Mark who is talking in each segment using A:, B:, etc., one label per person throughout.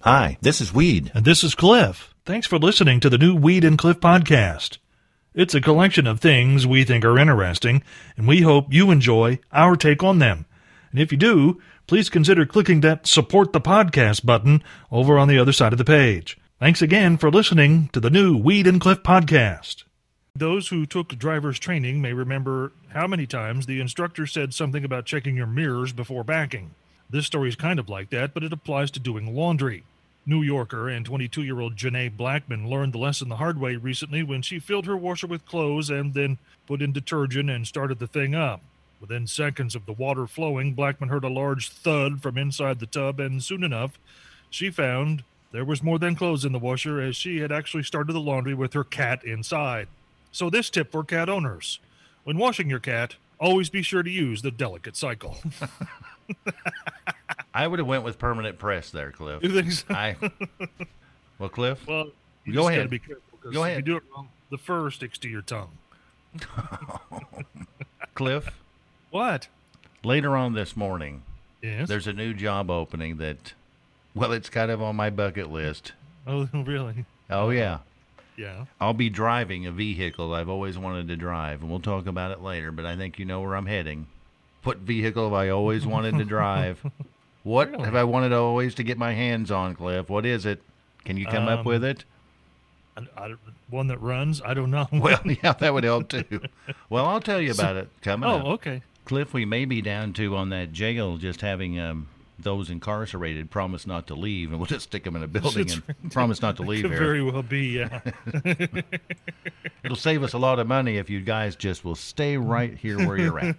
A: Hi, this is Weed.
B: And this is Cliff. Thanks for listening to the new Weed and Cliff podcast. It's a collection of things we think are interesting, and we hope you enjoy our take on them. And if you do, please consider clicking that support the podcast button over on the other side of the page. Thanks again for listening to the new Weed and Cliff podcast. Those who took driver's training may remember how many times the instructor said something about checking your mirrors before backing. This story is kind of like that, but it applies to doing laundry. New Yorker and 22 year old Janae Blackman learned the lesson the hard way recently when she filled her washer with clothes and then put in detergent and started the thing up. Within seconds of the water flowing, Blackman heard a large thud from inside the tub, and soon enough, she found there was more than clothes in the washer as she had actually started the laundry with her cat inside. So, this tip for cat owners when washing your cat, always be sure to use the delicate cycle.
A: I would have went with permanent press there, Cliff.
B: You think so?
A: I well, Cliff.
B: Well, you
A: Go
B: just
A: ahead.
B: gotta be careful 'cause
A: Go
B: if
A: ahead.
B: you do it wrong, the fur sticks to your tongue.
A: Cliff.
B: What?
A: Later on this morning,
B: Yes.
A: there's a new job opening that, well, it's kind of on my bucket list.
B: oh, really?
A: Oh yeah,
B: Yeah.
A: I'll be driving a vehicle I've always wanted to drive, and we'll talk about it later. But I think you know where I'm heading. What vehicle have I always wanted to drive? What have I wanted to always to get my hands on, Cliff? What is it? Can you come up
B: Um,
A: with it?
B: I, I don't- one that runs? I don't know.
A: Well, yeah, that would help too. Well, I'll tell you about it coming up.
B: oh, okay.
A: Cliff, we may be down to on that jail just having um, those incarcerated promise not to leave, and we'll just stick them in a building
B: That's
A: and promise not to leave
B: Could
A: here.
B: very well be. Yeah.
A: It'll save us a lot of money if you guys just will stay right here where you're at.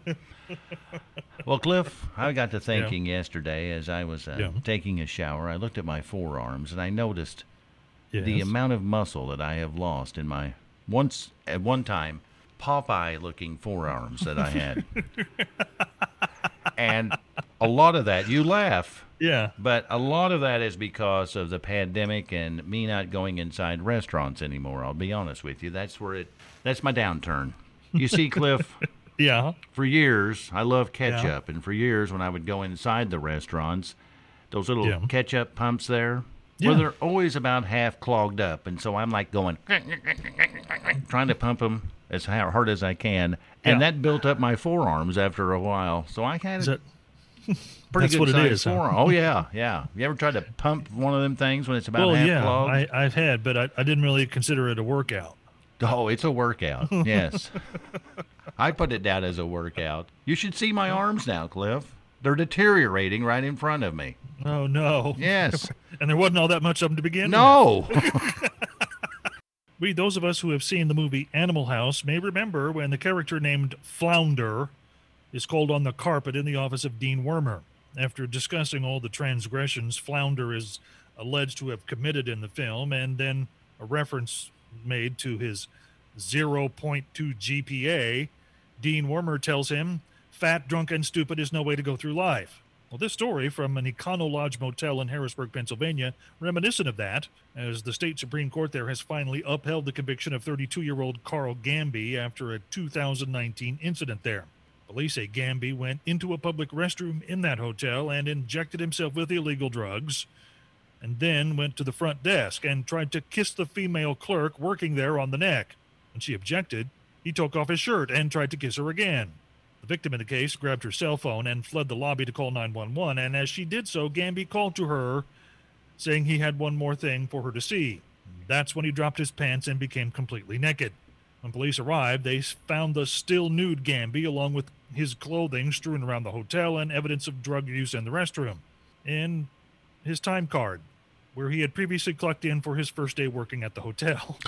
A: well, Cliff, I got to thinking yesterday as I was uh,
B: Yeah.
A: taking a shower. I looked at my forearms and I noticed the
B: Yes.
A: amount of muscle that I have lost in my once at one time Popeye looking forearms that I had. and a lot of that you laugh,
B: yeah.
A: but a lot of that is because of the pandemic and me not going inside restaurants anymore. I'll be honest with you. That's where it that's my downturn. You see Cliff
B: Yeah.
A: for years, I love ketchup, and for years when I would go inside the restaurants, those little
B: Yeah.
A: ketchup pumps there,
B: Yeah.
A: well, they're always about half clogged up, and so I'm like going trying to pump them as ha- hard as I can, and
B: Yeah.
A: that built up my forearms after a while. So I had
B: Is
A: a
B: that,
A: pretty
B: that's
A: good
B: what it
A: sized
B: is, huh?
A: forearm. Oh yeah, yeah. You ever tried to pump one of them things when it's about
B: well,
A: half
B: yeah.
A: clogged?
B: I, I've had, but I, I didn't really consider it a workout.
A: Oh, it's a workout. Yes. I put it down as a workout. You should see my arms now, Cliff. They're deteriorating right in front of me.
B: Oh, no.
A: Yes.
B: And there wasn't all that much of them to begin with.
A: No.
B: We, those of us who have seen the movie Animal House, may remember when the character named Flounder is called on the carpet in the office of Dean Wormer. After discussing all the transgressions Flounder is alleged to have committed in the film, and then a reference made to his 0.2 GPA, Dean Wormer tells him, Fat, drunk, and stupid is no way to go through life. Well, this story from an Econo Lodge motel in Harrisburg, Pennsylvania, reminiscent of that, as the state Supreme Court there has finally upheld the conviction of 32 year old Carl Gamby after a 2019 incident there. Police say Gamby went into a public restroom in that hotel and injected himself with illegal drugs, and then went to the front desk and tried to kiss the female clerk working there on the neck. When she objected, he took off his shirt and tried to kiss her again. The victim in the case grabbed her cell phone and fled the lobby to call 911, and as she did so, Gamby called to her, saying he had one more thing for her to see. That's when he dropped his pants and became completely naked. When police arrived, they found the still nude Gamby along with his clothing strewn around the hotel and evidence of drug use in the restroom. And his time card, where he had previously clocked in for his first day working at the hotel.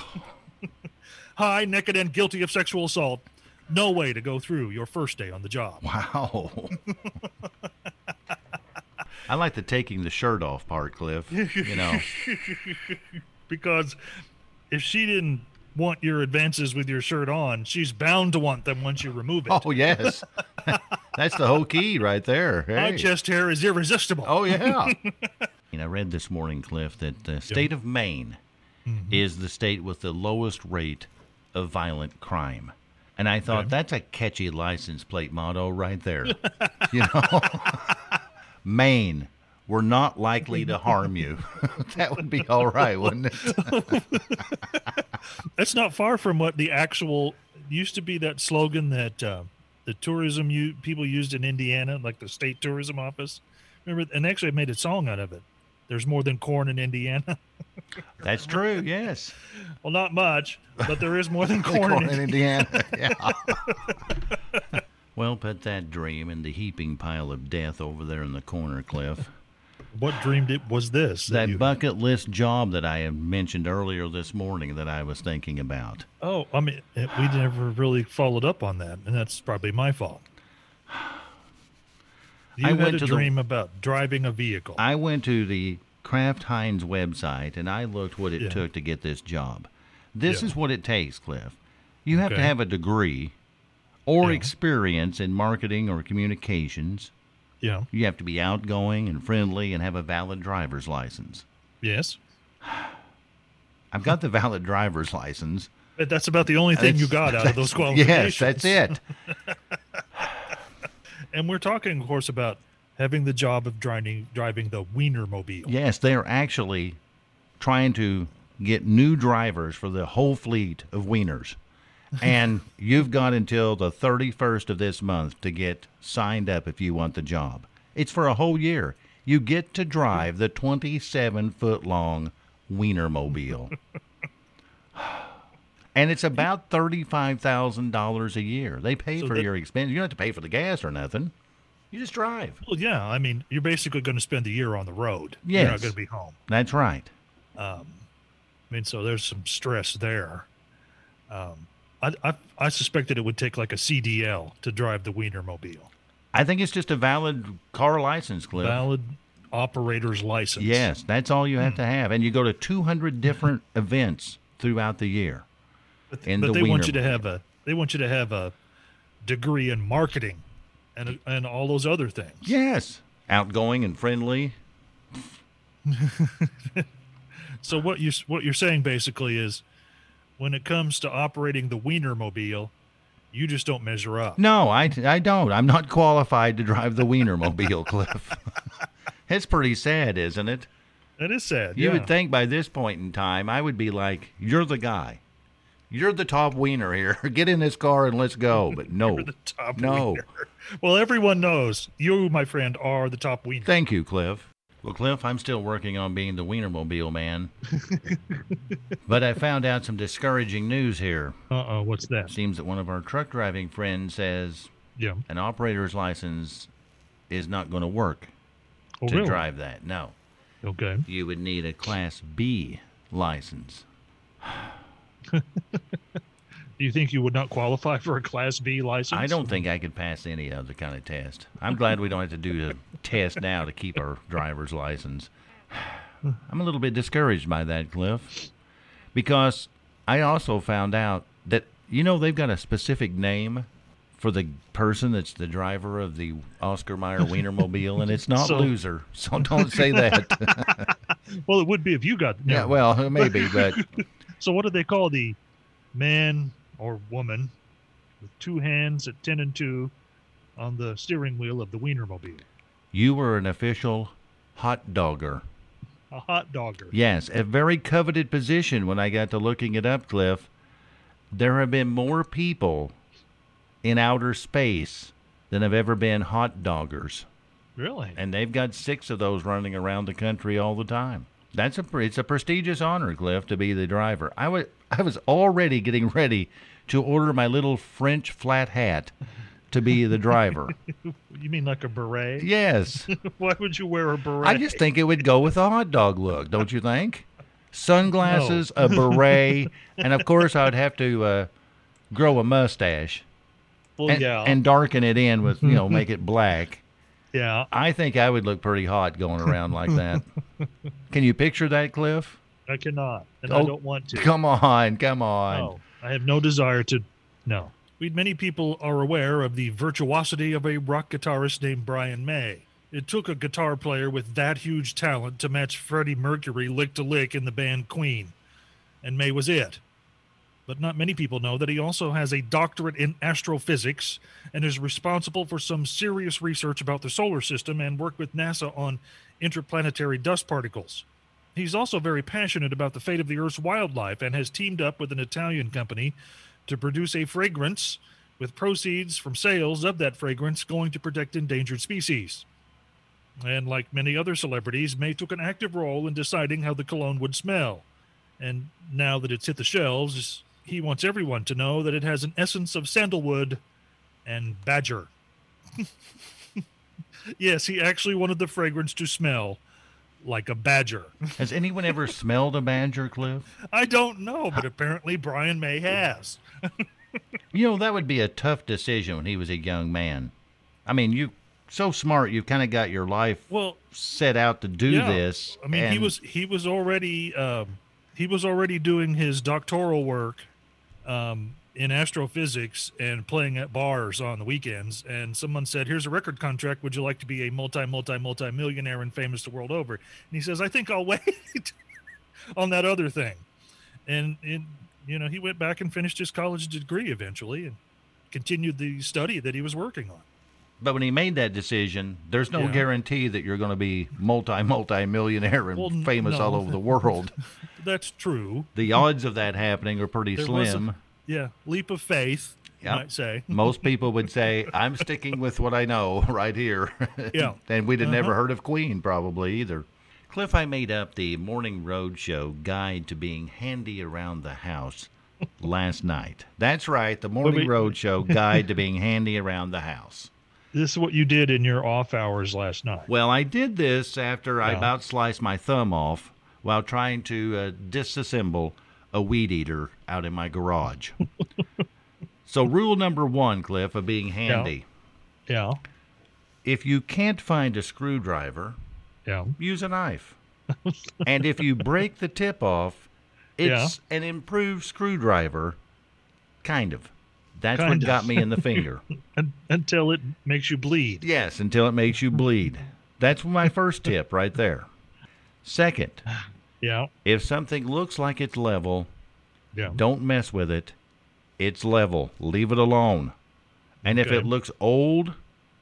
B: Hi, naked and guilty of sexual assault. No way to go through your first day on the job.
A: wow. I like the taking the shirt off part, Cliff. You know.
B: Because if she didn't want your advances with your shirt on, she's bound to want them once you remove it.
A: Oh yes. That's the whole key right there.
B: My
A: Hey.
B: chest hair is irresistible.
A: Oh yeah. and I read this morning, Cliff, that the state of Maine
B: Mm-hmm.
A: is the state with the lowest rate of violent crime. And I thought that's a catchy license plate motto right there. you know, Maine were not likely to harm you. that would be all right, wouldn't it?
B: That's not far from what the actual used to be that slogan that uh, the tourism you people used in Indiana, like the state tourism office. Remember, and actually, I made a song out of it. There's more than corn in Indiana.
A: That's true. Yes.
B: well, not much, but there is more than corn.
A: Corn
B: in
A: in Indiana. Yeah. well, put that dream in the heaping pile of death over there in the corner, Cliff.
B: What dreamed it was this?
A: That
B: you-
A: bucket list job that I had mentioned earlier this morning that I was thinking about.
B: oh, I mean, it- we never really followed up on that, and that's probably my fault. You
A: I
B: had
A: went
B: a
A: to the-
B: dream about driving a vehicle.
A: I went to the Kraft Heinz website and I looked what it
B: Yeah.
A: took to get this job. This
B: Yeah.
A: is what it takes, Cliff. You have to
B: Okay.
A: have a degree or
B: Yeah.
A: experience in marketing or communications.
B: yeah.
A: You have to be outgoing and friendly and have a valid driver's license.
B: Yes.
A: I've got the valid driver's license.
B: But that's about the only thing you
A: That's-
B: got out of those
A: Yes,
B: qualifications.
A: that's it.
B: And we're talking, of course, about having the job of driving driving the Wiener mobile.
A: Yes, they are actually trying to get new drivers for the whole fleet of wieners. And you've got until the 31st of this month to get signed up if you want the job. It's for a whole year. You get to drive the 27 foot long Wienermobile. and it's about $35,000 a year. They pay for
B: that-
A: your expense. You don't have to pay for the gas or nothing. You just drive.
B: Well, yeah. I mean, you're basically going to spend the year on the road. You're
A: Yes.
B: not going to be home.
A: That's right.
B: I mean, so there's some stress there. Um, I, I, I suspected it would take like a CDL to drive the Wiener mobile.
A: I think it's just a valid car license, Cliff.
B: Valid Hmm. operator's license.
A: yes, that's all you have to have, and you go to 200 different events throughout the year. in
B: but
A: the
B: they want you to
A: Wiener-
B: have a they want you to have a degree in marketing and and all those other things.
A: yes, outgoing and friendly.
B: So what you what you're saying basically is, when it comes to operating the Wiener mobile, you just don't measure up.
A: No, I, I don't. I'm not qualified to drive the Wienermobile, Cliff. it's pretty sad, isn't it?
B: That is sad.
A: You
B: yeah.
A: would think by this point in time, I would be like, "You're the guy. You're the top wiener here. Get in this car and let's go." But no,
B: the top
A: no.
B: wiener. Well, everyone knows you, my friend, are the top wiener.
A: Thank you, Cliff. Well, Cliff, I'm still working on being the Wienermobile man. but I found out some discouraging news here.
B: Uh oh, what's that?
A: Seems that one of our truck driving friends says
B: Yeah.
A: an operator's license is not going to work
B: Oh,
A: to
B: really?
A: drive that. No,
B: Okay.
A: you would need a Class B license.
B: Do you think you would not qualify for a Class B license?
A: I don't think I could pass any other kind of test. I'm glad we don't have to do a test now to keep our driver's license. I'm a little bit discouraged by that, Cliff, because I also found out that, you know, they've got a specific name for the person that's the driver of the Oscar Mayer Wienermobile, and it's not
B: So-
A: loser. So don't say that.
B: Well, it would be if you got.
A: yeah,
B: no.
A: well, maybe, but
B: So what do they call the man or woman with two hands at ten and two on the steering wheel of the Wiener mobile?
A: you were an official hot dogger.
B: A hot dogger.
A: Yes, a very coveted position when I got to looking it up, Cliff. There have been more people in outer space than have ever been hot doggers.
B: Really?
A: And they've got six of those running around the country all the time. That's a pre- it's a prestigious honor, Cliff, to be the driver. I was I was already getting ready to order my little French flat hat to be the driver.
B: You mean like a beret?
A: yes.
B: Why would you wear a beret?
A: I just think it would go with a hot dog look, don't you think? Sunglasses, a beret, and of course I'd have to uh, grow a mustache
B: well,
A: and,
B: Oh, yeah,
A: and darken it in with you know make it black.
B: yeah.
A: I think I would look pretty hot going around like that. Can you picture that, Cliff?
B: I cannot, and
A: Oh,
B: I don't want to.
A: Come on, come on.
B: No, I have no desire to. No. We many people are aware of the virtuosity of a rock guitarist named Brian May. It took a guitar player with that huge talent to match Freddie Mercury lick to lick in the band Queen, and May was it. But not many people know that he also has a doctorate in astrophysics and is responsible for some serious research about the solar system and work with NASA on interplanetary dust particles. He's also very passionate about the fate of the Earth's wildlife and has teamed up with an Italian company to produce a fragrance with proceeds from sales of that fragrance going to protect endangered species. And like many other celebrities, May took an active role in deciding how the cologne would smell. And now that it's hit the shelves, he wants everyone to know that it has an essence of sandalwood and badger. yes, he actually wanted the fragrance to smell like a badger.
A: Has anyone ever smelled a badger, Cliff?
B: I don't know, but apparently Brian May has.
A: You know, that would be a tough decision when he was a young man. I mean, you so smart, you've kind of got your life
B: Well,
A: set out to do
B: yeah.
A: this.
B: I mean, he
A: and-
B: was he was already um, he was already doing his doctoral work um, in astrophysics and playing at bars on the weekends. And someone said, "Here's a record contract. Would you like to be a multi multi multi millionaire and famous the world over?" And he says, "I think I'll wait on that other thing." And it, you know, he went back and finished his college degree eventually and continued the study that he was working on.
A: But when he made that decision, there's no
B: Yeah.
A: guarantee that you're going to be multi multi millionaire and
B: Well, n-
A: famous all
B: no.
A: over the world.
B: That's true.
A: the odds of that happening are pretty
B: There was a-
A: slim.
B: Yeah, leap of faith,
A: Yeah.
B: you might say.
A: Most people would say, "I'm sticking with what I know right here."
B: Yeah.
A: and we'd have never
B: Uh-huh.
A: heard of Queen probably either. Cliff, I made up the Morning Roadshow guide to being handy around the house last night. That's right, the Morning
B: wait.
A: Roadshow guide to being handy around the house.
B: This is what you did in your off hours last night.
A: Well, I did this after I
B: Yeah.
A: about sliced my thumb off while trying to uh, disassemble a weed eater out in my garage. so, rule number one, Cliff, of being handy.
B: Yeah.
A: If you can't find a screwdriver,
B: Yeah.
A: use a knife. and if you break the tip off, it's an improved screwdriver, kind of. That's what
B: Kind of.
A: got me in the finger.
B: Un- until it makes you bleed.
A: yes, until it makes you bleed. That's my first tip right there. Second,
B: Yeah.
A: if something looks like it's level,
B: Yeah.
A: don't mess with it. It's level. Leave it alone. And if
B: Okay.
A: it looks old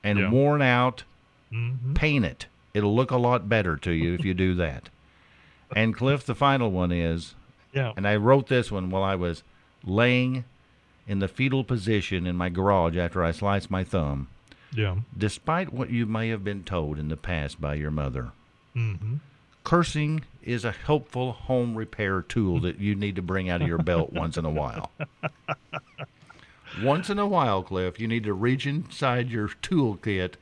A: and
B: Yeah.
A: worn out,
B: hmm
A: paint it. It'll look a lot better to you if you do that. And Cliff, the final one is,
B: Yeah.
A: and I wrote this one while I was laying in the fetal position in my garage after I sliced my thumb.
B: Yeah.
A: Despite what you may have been told in the past by your mother,
B: hmm
A: cursing is a helpful home repair tool that you need to bring out of your belt once in a while. Once in a while, Cliff, you need to reach inside your toolkit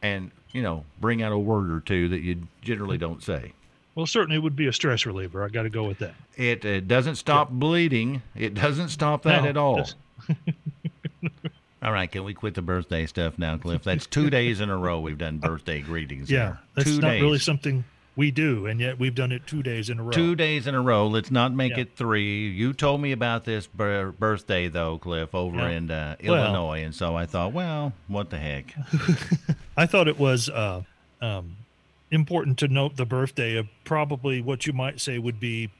A: and, you know, bring out a word or two that you generally don't say.
B: Well, certainly it would be a stress reliever. I got to go with that.
A: It, it doesn't stop bleeding. It doesn't stop that
B: No,
A: at all.
B: just-
A: all right, can we quit the birthday stuff now, Cliff? That's two days in a row we've done birthday greetings.
B: Yeah.
A: here.
B: That's
A: two
B: not
A: days.
B: really something we do, and yet we've done it two days in a row.
A: Two days in a row. Let's not make
B: Yeah.
A: it three. You told me about this bir- birthday though, Cliff, over
B: Yeah.
A: in uh,
B: Well-
A: Illinois, and so I thought, well, what the heck?
B: I thought it was uh, um, important to note the birthday of probably what you might say would be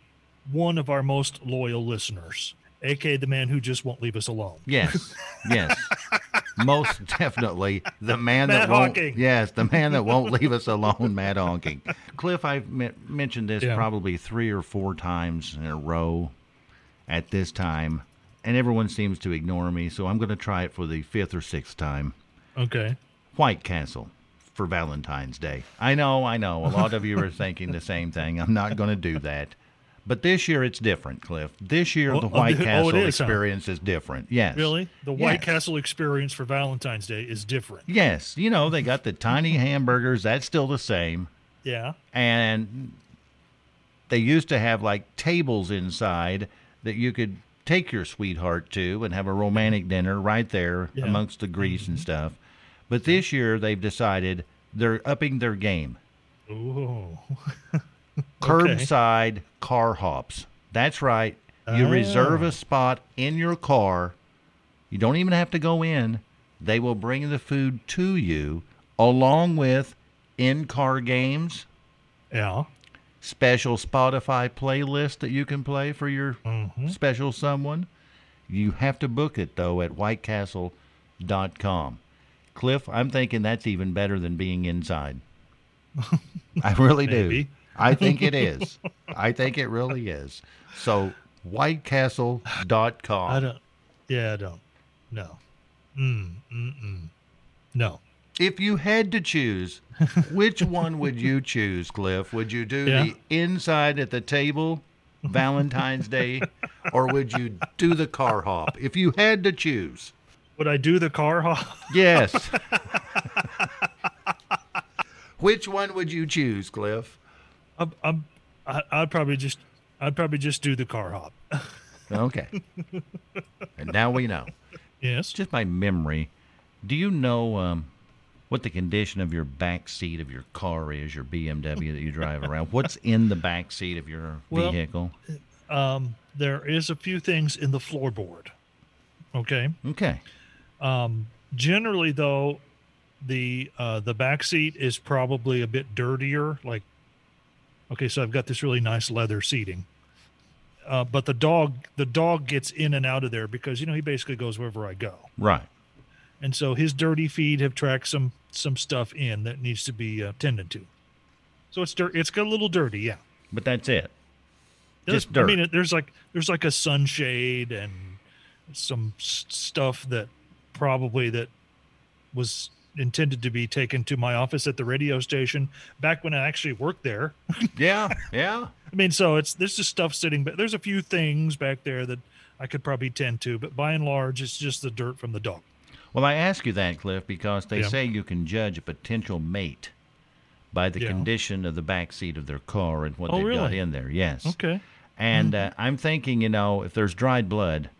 B: one of our most loyal listeners, aka the man who just won't leave us alone.
A: Yes, yes, most definitely the man
B: Matt
A: that won't.
B: Honking.
A: Yes, the man that won't leave us alone, Matt Honking. Cliff, I've me- mentioned this
B: Yeah.
A: probably three or four times in a row at this time, and everyone seems to ignore me. So I'm going to try it for the fifth or sixth time.
B: Okay.
A: White Castle for Valentine's Day. I know, I know. A lot of you are thinking the same thing. I'm not going to do that. But this year it's different, Cliff. This year
B: Oh,
A: the
B: oh,
A: White
B: the- oh, it
A: Castle
B: is, huh?
A: experience is different. Yes.
B: Really? The White
A: Yes.
B: Castle experience for Valentine's Day is different.
A: Yes. You know, they got the tiny hamburgers. That's still the same.
B: Yeah.
A: And they used to have like tables inside that you could take your sweetheart to and have a romantic dinner right there
B: Yeah.
A: amongst the grease and stuff. But this year they've decided they're upping their game.
B: Ooh.
A: curbside car hops. That's right. You reserve a spot in your car. You don't even have to go in. They will bring the food to you along with in car games,
B: Yeah.
A: special Spotify playlist that you can play for your
B: Mhm.
A: special someone, You have to book it though at whitecastle.com. Cliff, I'm thinking that's even better than being inside. I really do.
B: Maybe.
A: I think it is. I think it really is. So whitecastle.com.
B: I don't. Yeah, I don't. No. Mm, mm, mm. No.
A: If you had to choose, which one would you choose, Cliff? Would you do
B: Yeah.
A: the inside at the table, Valentine's Day, or would you do the car hop? If you had to choose,
B: Would I do the car hop?
A: yes. which one would you choose, Cliff?
B: I'm, I'm, I- I'd probably just, I'd probably just do the car hop.
A: Okay. and now we know.
B: Yes.
A: Just by memory, do you know um, what the condition of your back seat of your car is, your BMW that you drive around? What's in the back seat of your
B: Well,
A: vehicle?
B: Um, there is a few things in the floorboard. Okay.
A: Okay.
B: Um, generally, though, the uh, the back seat is probably a bit dirtier. Like, okay, so I've got this really nice leather seating, uh, but the dog the dog gets in and out of there because you know he basically goes wherever I go,
A: Right.
B: and so his dirty feet have tracked some some stuff in that needs to be uh, tended to. So it's dirt. It's got a little dirty, yeah.
A: But that's it.
B: There's-
A: Just dirt.
B: I mean, it- there's like there's like a sunshade and some s- stuff that probably that was intended to be taken to my office at the radio station back when I actually worked there.
A: Yeah. Yeah.
B: I mean, so it's there's just stuff sitting, but there's a few things back there that I could probably tend to, but by and large, it's just the dirt from the dog.
A: Well, I ask you that, Cliff, because they
B: Yeah.
A: say you can judge a potential mate by the
B: Yeah.
A: condition of the back seat of their car and what
B: Oh,
A: they've got
B: really?
A: in there. Yes.
B: Okay.
A: And
B: Mm-hmm.
A: uh, I'm thinking, you know, if there's dried blood,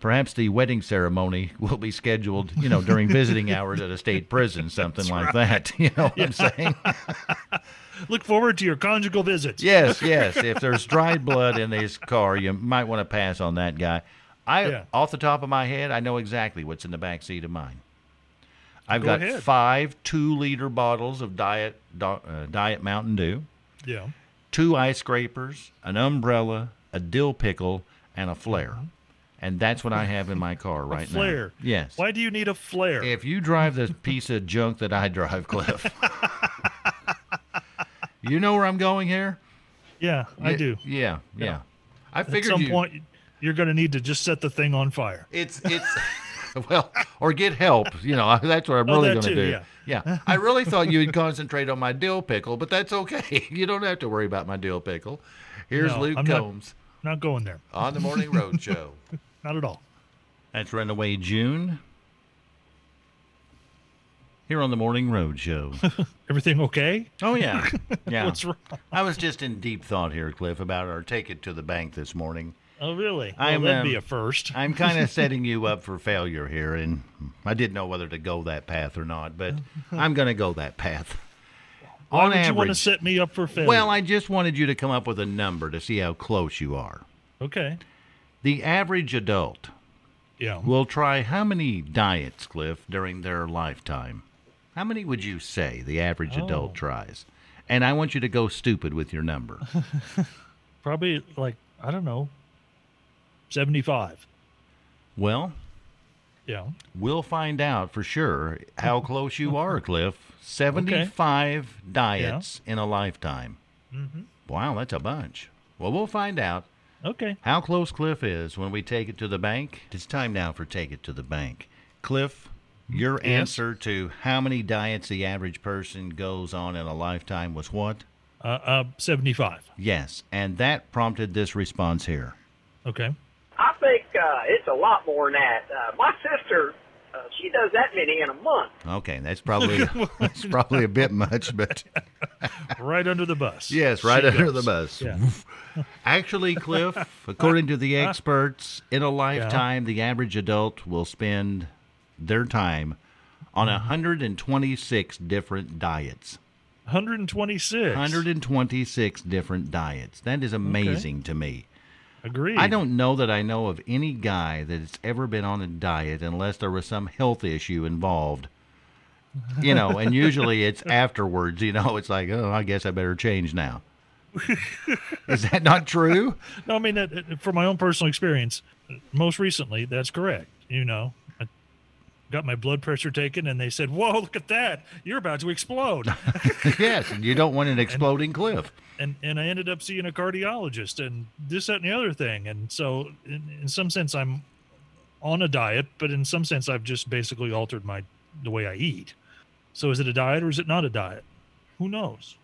A: perhaps the wedding ceremony will be scheduled, you know, during visiting hours at a state prison, something like that. You know what I'm saying?
B: Look forward to your conjugal visits.
A: Yes, yes. If there's dried blood in his car, you might want to pass on that guy. I,
B: Yeah.
A: off the top of my head, I know exactly what's in the back seat of mine. I've
B: Go
A: got
B: ahead.
A: five two-liter bottles of diet Do- uh, diet Mountain Dew,
B: Yeah.
A: two ice scrapers, an umbrella, a dill pickle, and a flare, and that's what I have in my car right
B: flare.
A: now. Yes.
B: Why do you need a flare?
A: If you drive the piece of junk that I drive, Cliff, you know where I'm going here.
B: yeah, I
A: Yeah,
B: do.
A: Yeah, yeah. I
B: At
A: figured
B: some
A: you.
B: point, you're going to need to just set the thing on fire.
A: It's it's. Well, or get help. You know, that's what I'm
B: Oh,
A: really
B: that
A: going to
B: too,
A: do.
B: yeah.
A: yeah. I really thought you would concentrate on my dill pickle, but that's okay. You don't have to worry about my dill pickle. Here's
B: No,
A: Luke
B: I'm not-
A: Combs
B: Not going there.
A: on the Morning Road Show.
B: Not at all.
A: That's Runaway June. Here on the Morning Road Show.
B: Everything okay?
A: Oh yeah, yeah.
B: What's wrong?
A: I was just in deep thought here, Cliff, about our take it to the bank this morning.
B: Oh, really?
A: I am,
B: well, that'd
A: um,
B: be a first.
A: I'm kind of setting you up for failure here, and I didn't know whether to go that path or not, but I'm going to go that path.
B: Why
A: On
B: would you want to
A: average,
B: set me up for failure?
A: well, I just wanted you to come up with a number to see how close you are.
B: okay.
A: The average adult
B: Yeah.
A: will try how many diets, Cliff, during their lifetime? How many would you say the average
B: Oh.
A: adult tries? And I want you to go stupid with your number.
B: Probably like I don't know, seventy-five.
A: well,
B: Yeah.
A: We'll find out for sure how close you are, Cliff. 75 diets in a lifetime. Wow, that's a bunch. Well, we'll find out
B: Okay.
A: how close Cliff is when we take it to the bank. It's time now for Take It to the Bank. Cliff, your answer to how many diets the average person goes on in a lifetime was what?
B: Uh, uh, seventy-five.
A: Yes. And that prompted this response here.
B: Okay.
C: I think uh, it's a lot more than that. Uh, my sister, uh, she does that many in a month.
A: Okay, that's probably that's probably a bit much, but
B: Right under the bus.
A: Yes, right
B: She
A: under
B: goes.
A: the bus.
B: Yeah.
A: Actually, Cliff, according to the experts, in a lifetime, the average adult will spend their time on 126 different diets.
B: One hundred and twenty-six.
A: 126 different diets. That is amazing to me.
B: Agreed.
A: I don't know that I know of any guy that has ever been on a diet unless there was some health issue involved. You know, and usually it's afterwards, you know, it's like, oh, I guess I better change now. Is that not true?
B: No, I mean, that, that- from my own personal experience, most recently, that's correct. You know, I got my blood pressure taken, and they said, "Whoa, look at that! You're about to explode."
A: yes, and you don't want an exploding cliff.
B: and and I ended up seeing a cardiologist, and this, that, and the other thing. And so, in, in some sense, I'm on a diet, but in some sense, I've just basically altered my the way I eat. So, is it a diet or is it not a diet? Who knows?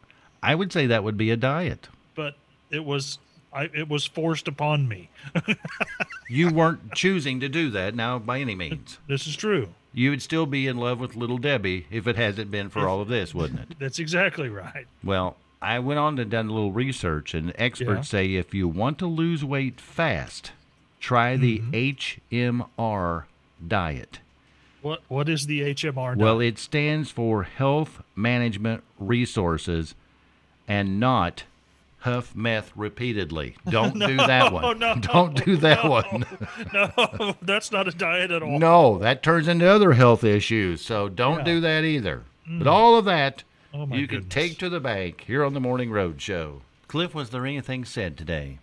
A: I would say that would be a diet.
B: But it was. I, it was forced upon me.
A: You weren't choosing to do that now by any means.
B: This is true.
A: You would still be in love with Little Debbie if it hasn't been for all of this, wouldn't it?
B: That's exactly right.
A: Well, I went on and done a little research, and experts
B: Yeah.
A: say if you want to lose weight fast, try the
B: Mm-hmm.
A: HMR diet.
B: What what is the HMR?
A: Well,
B: diet?
A: it stands for Health Management Resources and not Huff Meth repeatedly. Don't do that one.
B: Oh, no,
A: Don't do that one.
B: no, that's not a diet at all.
A: No, that turns into other health issues. So don't do that either. But all of that
B: Mm. Oh, my
A: you can
B: goodness.
A: take to the bank here on the Morning Road Show. Cliff, was there anything said today?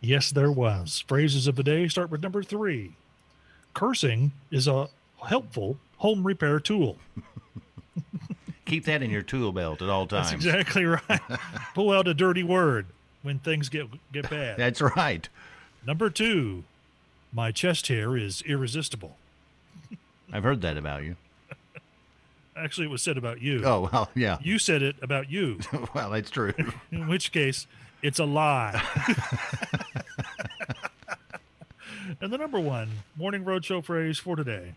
B: Yes, there was. Phrases of the day start with number three. Cursing is a helpful home repair tool.
A: Keep that in your tool belt at all times.
B: That's exactly right. Pull out a dirty word when things get get bad.
A: That's right.
B: number two, my chest hair is irresistible.
A: I've heard that about you.
B: Actually, it was said about you.
A: Oh, well, yeah.
B: You said it about you.
A: Well, that's true.
B: In which case, it's a lie. and the number one morning roadshow phrase for today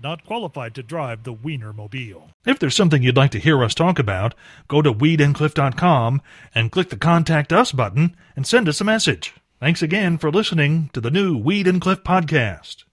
B: not qualified to drive the Wiener Mobile. If there's something you'd like to hear us talk about, go to weedandcliff.com and click the Contact Us button and send us a message. Thanks again for listening to the new Weed and Cliff podcast.